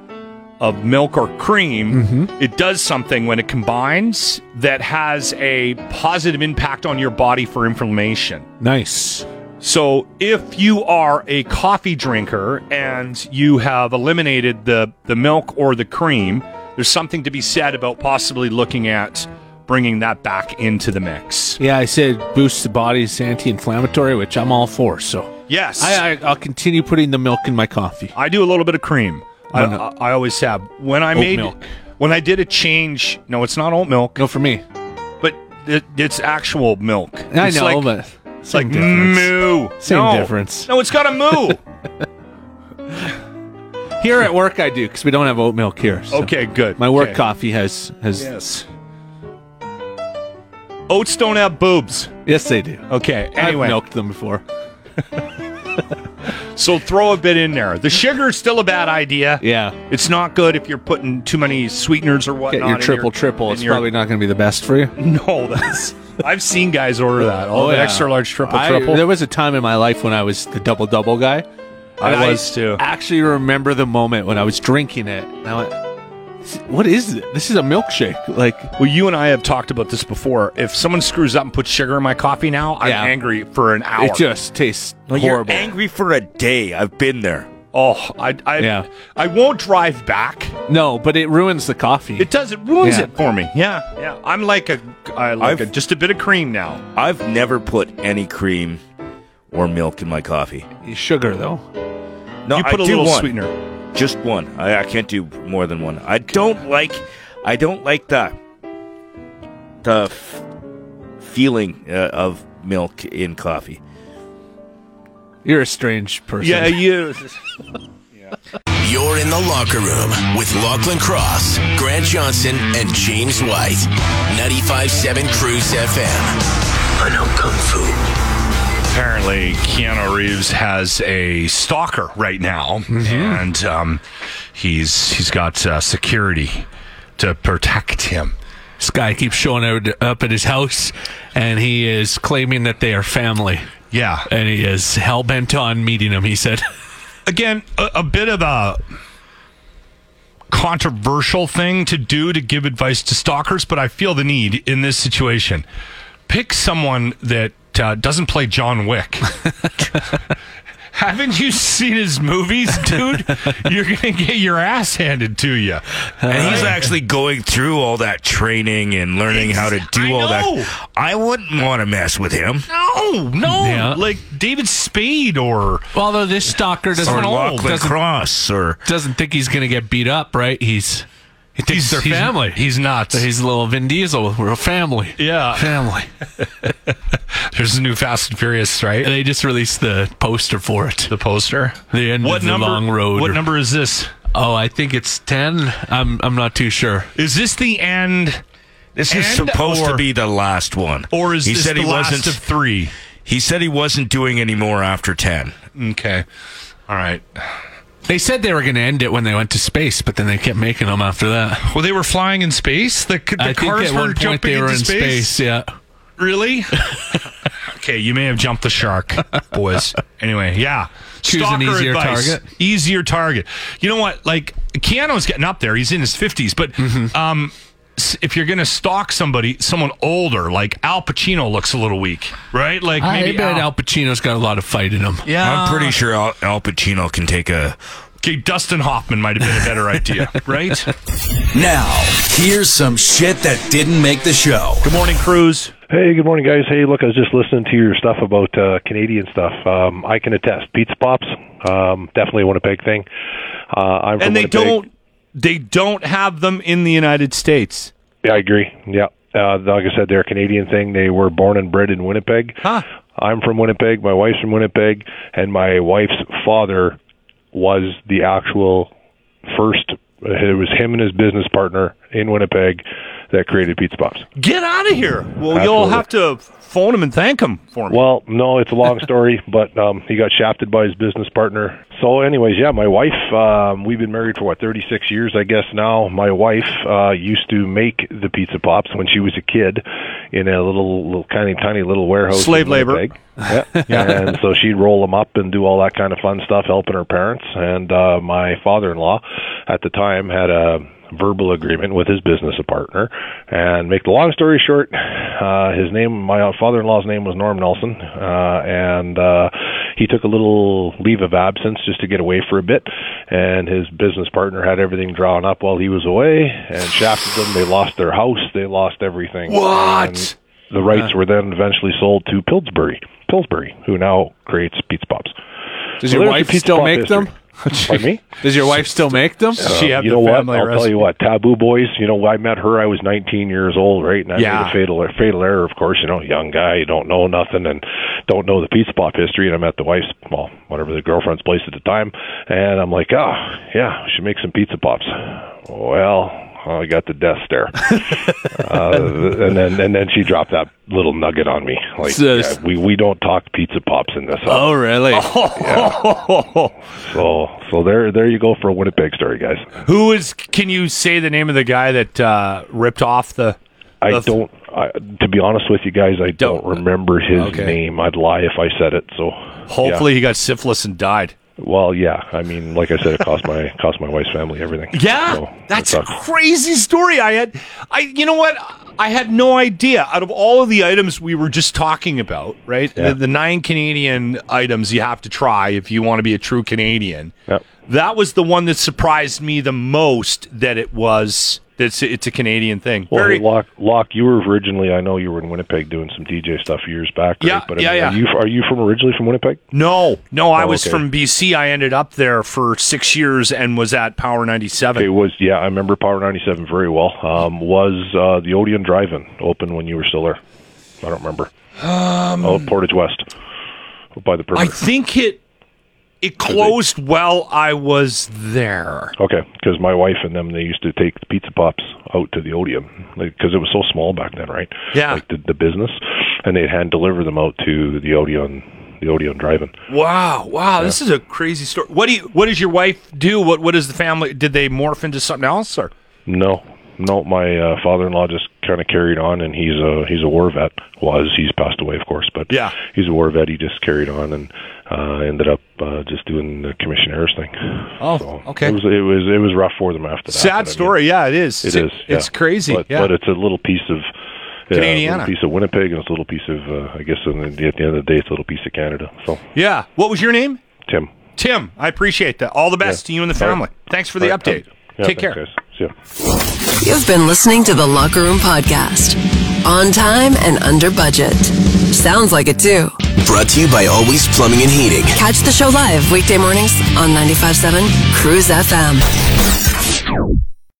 Speaker 13: of milk or cream, it does something when it combines that has a positive impact on your body for inflammation.
Speaker 12: Nice.
Speaker 13: So, if you are a coffee drinker and you have eliminated the, the milk or the cream, there's something to be said about possibly looking at bringing that back into the mix.
Speaker 12: Yeah, I said boosts the body's anti-inflammatory, which I'm all for. So
Speaker 13: Yes.
Speaker 12: I, I, I'll continue putting the milk in my coffee.
Speaker 13: I do a little bit of cream. I,
Speaker 12: No, no.
Speaker 13: I, I always have. When I
Speaker 12: Oat
Speaker 13: made
Speaker 12: milk.
Speaker 13: when I did a change, no, it's not oat milk,
Speaker 12: No, for me.
Speaker 13: but it, it's actual milk.
Speaker 12: I
Speaker 13: it's
Speaker 12: know,
Speaker 13: like,
Speaker 12: but
Speaker 13: it's like
Speaker 12: same difference.
Speaker 13: moo.
Speaker 12: Same
Speaker 13: No.
Speaker 12: difference.
Speaker 13: No, it's got a moo.
Speaker 12: Here at work, I do because we don't have oat milk here. so.
Speaker 13: Okay, good.
Speaker 12: My work
Speaker 13: Okay.
Speaker 12: coffee has has
Speaker 13: Yes. Oats don't have boobs.
Speaker 5: Yes, they do.
Speaker 13: Okay. Anyway,
Speaker 5: I've milked them before.
Speaker 13: so throw a bit in there. The sugar is still a bad idea.
Speaker 5: Yeah.
Speaker 13: It's not good if you're putting too many sweeteners or whatnot.
Speaker 5: Get your
Speaker 13: in
Speaker 5: triple triple.
Speaker 13: in
Speaker 5: It's
Speaker 13: your-
Speaker 5: probably not going to be the best for you.
Speaker 13: No, that's. I've seen guys order that. Oh, the
Speaker 5: yeah.
Speaker 13: extra large triple
Speaker 5: I-
Speaker 13: triple.
Speaker 5: there was a time in my life when I was the double double guy.
Speaker 13: I
Speaker 5: And
Speaker 13: was, too.
Speaker 5: Actually, remember the moment when I was drinking it. And I went, "What is this? This is a milkshake." Like,
Speaker 13: well, you and I have talked about this before. If someone screws up and puts sugar in my coffee now, I'm
Speaker 5: Yeah.
Speaker 13: angry for an hour.
Speaker 5: It just tastes horrible.
Speaker 14: angry for a day. I've been there.
Speaker 13: Oh, I, I,
Speaker 5: Yeah.
Speaker 13: I won't drive back.
Speaker 5: No, but it ruins the coffee.
Speaker 13: It does. It ruins
Speaker 5: Yeah.
Speaker 13: it for me. Yeah, yeah. I'm like a, I like a, just a bit of cream now.
Speaker 14: I've never put any cream or milk in my coffee.
Speaker 5: Sugar though.
Speaker 14: No,
Speaker 13: You
Speaker 14: I
Speaker 13: put a
Speaker 14: do
Speaker 13: little
Speaker 14: one.
Speaker 13: sweetener.
Speaker 14: Just one. I, I can't do more than one. I don't like. I don't like the the f- feeling uh, of milk in coffee.
Speaker 5: You're a strange person.
Speaker 13: Yeah, you.
Speaker 1: You're in the locker room with Lachlan Cross, Grant Johnson, and James White. 95.7 Cruise FM. I know Kung Fu.
Speaker 4: Apparently, Keanu Reeves has a stalker right now,
Speaker 13: Mm-hmm.
Speaker 4: and um, he's he's got uh, security to protect him.
Speaker 12: This guy keeps showing out, up at his house, and he is claiming that they are family.
Speaker 4: Yeah.
Speaker 12: And he is hell bent on meeting him. He said,
Speaker 4: Again, a, a bit of a controversial thing to do to give advice to stalkers, but I feel the need in this situation. Pick someone that uh, doesn't play John Wick. Haven't you seen his movies, dude? You're gonna get your ass handed to you.
Speaker 6: And he's actually going through all that training and learning how to do
Speaker 4: I
Speaker 6: all
Speaker 4: know.
Speaker 6: that. I wouldn't want to mess with him.
Speaker 4: No, no,
Speaker 12: Yeah.
Speaker 4: like David Spade or
Speaker 12: although this stalker doesn't,
Speaker 6: Or Lachlan
Speaker 12: doesn't,
Speaker 6: Cross or
Speaker 12: doesn't think he's going to get beat up, right? He's he thinks they're family.
Speaker 4: He's not.
Speaker 12: so he's a little Vin Diesel. We're a family.
Speaker 4: yeah,
Speaker 12: Family.
Speaker 4: there's a new Fast and Furious, right?
Speaker 12: And they just released the poster for it.
Speaker 4: The poster.
Speaker 12: The end
Speaker 4: What
Speaker 12: of the
Speaker 4: number?
Speaker 12: long road.
Speaker 4: What number is this?
Speaker 12: Oh, I think it's ten. I'm I'm not too sure.
Speaker 4: Is this the end,
Speaker 6: this is
Speaker 4: And
Speaker 6: supposed
Speaker 4: or-
Speaker 6: to be the last one.
Speaker 4: or is
Speaker 6: he
Speaker 4: this
Speaker 6: said
Speaker 4: the
Speaker 6: he
Speaker 4: last
Speaker 6: wasn't?
Speaker 4: of three?
Speaker 6: he said he wasn't doing any more after ten.
Speaker 4: Okay, all right.
Speaker 12: They said they were going to end it when they went to space, but then they kept making them after that.
Speaker 4: Well, they were flying in space. The, the
Speaker 12: I think
Speaker 4: cars
Speaker 12: at
Speaker 4: were
Speaker 12: one point
Speaker 4: jumping
Speaker 12: they were
Speaker 4: into
Speaker 12: in
Speaker 4: space.
Speaker 12: space. Yeah.
Speaker 4: Really? okay, you may have jumped the shark, boys. Anyway, yeah.
Speaker 12: Choose an easier target.
Speaker 4: Easier target. You know what? Like Keanu's getting up there. He's in his fifties, but
Speaker 12: Mm-hmm.
Speaker 4: um, s- if you're going to stalk somebody, someone older, like Al Pacino, looks a little weak, right? Like
Speaker 12: I
Speaker 4: maybe
Speaker 12: bet
Speaker 4: Al,
Speaker 12: Al Pacino's got a lot of fight in him.
Speaker 4: Yeah.
Speaker 6: I'm pretty sure Al, Al Pacino can take a.
Speaker 4: okay, Dustin Hoffman might have been a better idea, right?
Speaker 1: Now, here's some shit that didn't make the show.
Speaker 13: Good morning, Cruz.
Speaker 9: Hey, good morning, guys. Hey, look, I was just listening to your stuff about uh, Canadian stuff. Um, I can attest, pizza pops, um, definitely a Winnipeg thing. Uh, I'm from
Speaker 13: and they
Speaker 9: Winnipeg.
Speaker 13: don't they don't have them in the United States.
Speaker 9: Yeah, I agree. Yeah, uh, like I said, they're a Canadian thing. They were born and bred in Winnipeg.
Speaker 13: Huh.
Speaker 9: I'm from Winnipeg. My wife's from Winnipeg, and my wife's father was the actual first. It was him and his business partner in Winnipeg that created pizza pops.
Speaker 13: Get out of here. Well, you'll
Speaker 9: Absolutely.
Speaker 13: have to phone them and thank them for me.
Speaker 9: Well, no, it's a long story, but um, he got shafted by his business partner. So, anyways, yeah, my wife, um, we've been married for what, 36 years, I guess now. My wife uh, used to make the pizza pops when she was a kid in a little, little tiny, tiny little warehouse. in
Speaker 13: Slave labor.
Speaker 9: Winnipeg. Yeah. and so she'd roll them up and do all that kind of fun stuff, helping her parents. And uh, my father-in-law, at the time, had a verbal agreement with his business partner. And make the long story short, uh, his name, my father-in-law's name was Norm Nelson, uh, and uh, he took a little leave of absence just to get away for a bit. And his business partner had everything drawn up while he was away and shafted them. They lost their house. They lost everything.
Speaker 5: What?
Speaker 9: And the rights were then eventually sold to Pillsbury, Pillsbury, who now creates Pizza Pops.
Speaker 5: Does
Speaker 9: So
Speaker 5: your
Speaker 9: there's
Speaker 5: wife
Speaker 9: your pizza
Speaker 5: still
Speaker 9: pop
Speaker 5: make them?
Speaker 9: Pardon me? Uh,
Speaker 5: Does your wife still make them?
Speaker 13: she have
Speaker 9: you
Speaker 13: the
Speaker 9: know what?
Speaker 13: family
Speaker 9: I'll tell
Speaker 13: recipe?
Speaker 9: you what. Taboo Boys. You know, I met her. I was 19 years old, right? And I
Speaker 13: Yeah.
Speaker 9: made a fatal fatal error. Of course, you know, young guy, you don't know nothing, and don't know the pizza pop history. And I'm at the wife's, well, whatever the girlfriend's place at the time, and I'm like, ah, yeah, we should make some pizza pops. Well, I got the death stare, uh, and then and then she dropped that little nugget on me. Like
Speaker 4: So-
Speaker 9: yeah, we we don't talk pizza pops in this. house.
Speaker 4: Oh, really?
Speaker 9: So so there there you go for a Winnipeg story, guys.
Speaker 4: Who is? Can you say the name of the guy that uh, ripped off the?
Speaker 9: I
Speaker 4: the-
Speaker 9: don't. I, to be honest with you guys, I don't, remember his
Speaker 4: Okay.
Speaker 9: name. I'd lie if I said it. So
Speaker 4: Hopefully, he got syphilis and died.
Speaker 9: Well, yeah. I mean, like I said, it cost my cost my wife's family everything.
Speaker 4: Yeah,
Speaker 9: So,
Speaker 4: that's
Speaker 9: it
Speaker 4: a
Speaker 9: sucks.
Speaker 4: crazy story. I had, I you know what? I had no idea. Out of all of the items we were just talking about, right?
Speaker 9: Yeah.
Speaker 4: The, the nine Canadian items you have to try if you want to be a true Canadian. That was the one that surprised me the most. That it was. That's it's a Canadian thing.
Speaker 9: Well,
Speaker 4: Very-
Speaker 9: Locke, Locke, you were originally. I know you were in Winnipeg doing some DJ stuff years back. Right?
Speaker 4: Yeah,
Speaker 9: but I
Speaker 4: yeah,
Speaker 9: mean,
Speaker 4: yeah.
Speaker 9: Are you are you from originally from Winnipeg?
Speaker 4: No, no, I
Speaker 9: Oh,
Speaker 4: was
Speaker 9: okay.
Speaker 4: from BC. I ended up there for six years and was at Power 97.
Speaker 9: It was yeah. I remember Power ninety seven very well. Um, was uh, the Odeon Drive-in open when you were still there? I don't remember.
Speaker 4: Um,
Speaker 9: oh, Portage West by the
Speaker 4: I
Speaker 9: perimeter.
Speaker 4: think it it closed while I was there.
Speaker 9: Okay, because my wife and them they used to take the pizza pops out to the Odeon because it was so small back then, right?
Speaker 4: Yeah.
Speaker 9: Like the, the business, and they'd hand deliver them out to the Odeon, the Odeon Drive-in.
Speaker 4: Wow, wow, this is a crazy story. What do you what does your wife do? What what does the family did they morph into something else or
Speaker 9: No, no, my uh, father-in-law just kind of carried on, and he's a he's a war vet. Was he's passed away, of course, but
Speaker 4: Yeah.
Speaker 9: he's a war vet. He just carried on and uh, ended up uh, just doing the commissionaire's thing.
Speaker 4: Oh, okay.
Speaker 9: It was it was it was rough for them after that.
Speaker 4: Sad
Speaker 9: but I mean,
Speaker 4: story, yeah, it is.
Speaker 9: It
Speaker 4: Si-
Speaker 9: is. yeah.
Speaker 4: It's crazy.
Speaker 9: But,
Speaker 4: yeah.
Speaker 9: but it's a little piece of yeah, a little
Speaker 4: Canadiana.
Speaker 9: piece of Winnipeg, and it's a little piece of, uh, I guess, and at the end of the day, it's a little piece of Canada. So,
Speaker 4: yeah. What was your name?
Speaker 9: Tim.
Speaker 4: Tim. I appreciate that. All the best
Speaker 9: Yeah.
Speaker 4: to you and the
Speaker 9: All right.
Speaker 4: family. Thanks for the
Speaker 9: All right,
Speaker 4: update.
Speaker 9: Tom. Yeah,
Speaker 4: Take
Speaker 9: thanks,
Speaker 4: care.
Speaker 8: You've been listening to the Locker Room Podcast. On time and under budget. Sounds like it too.
Speaker 1: Brought to you by Always Plumbing and Heating.
Speaker 8: Catch the show live weekday mornings on 95.7 Cruise FM.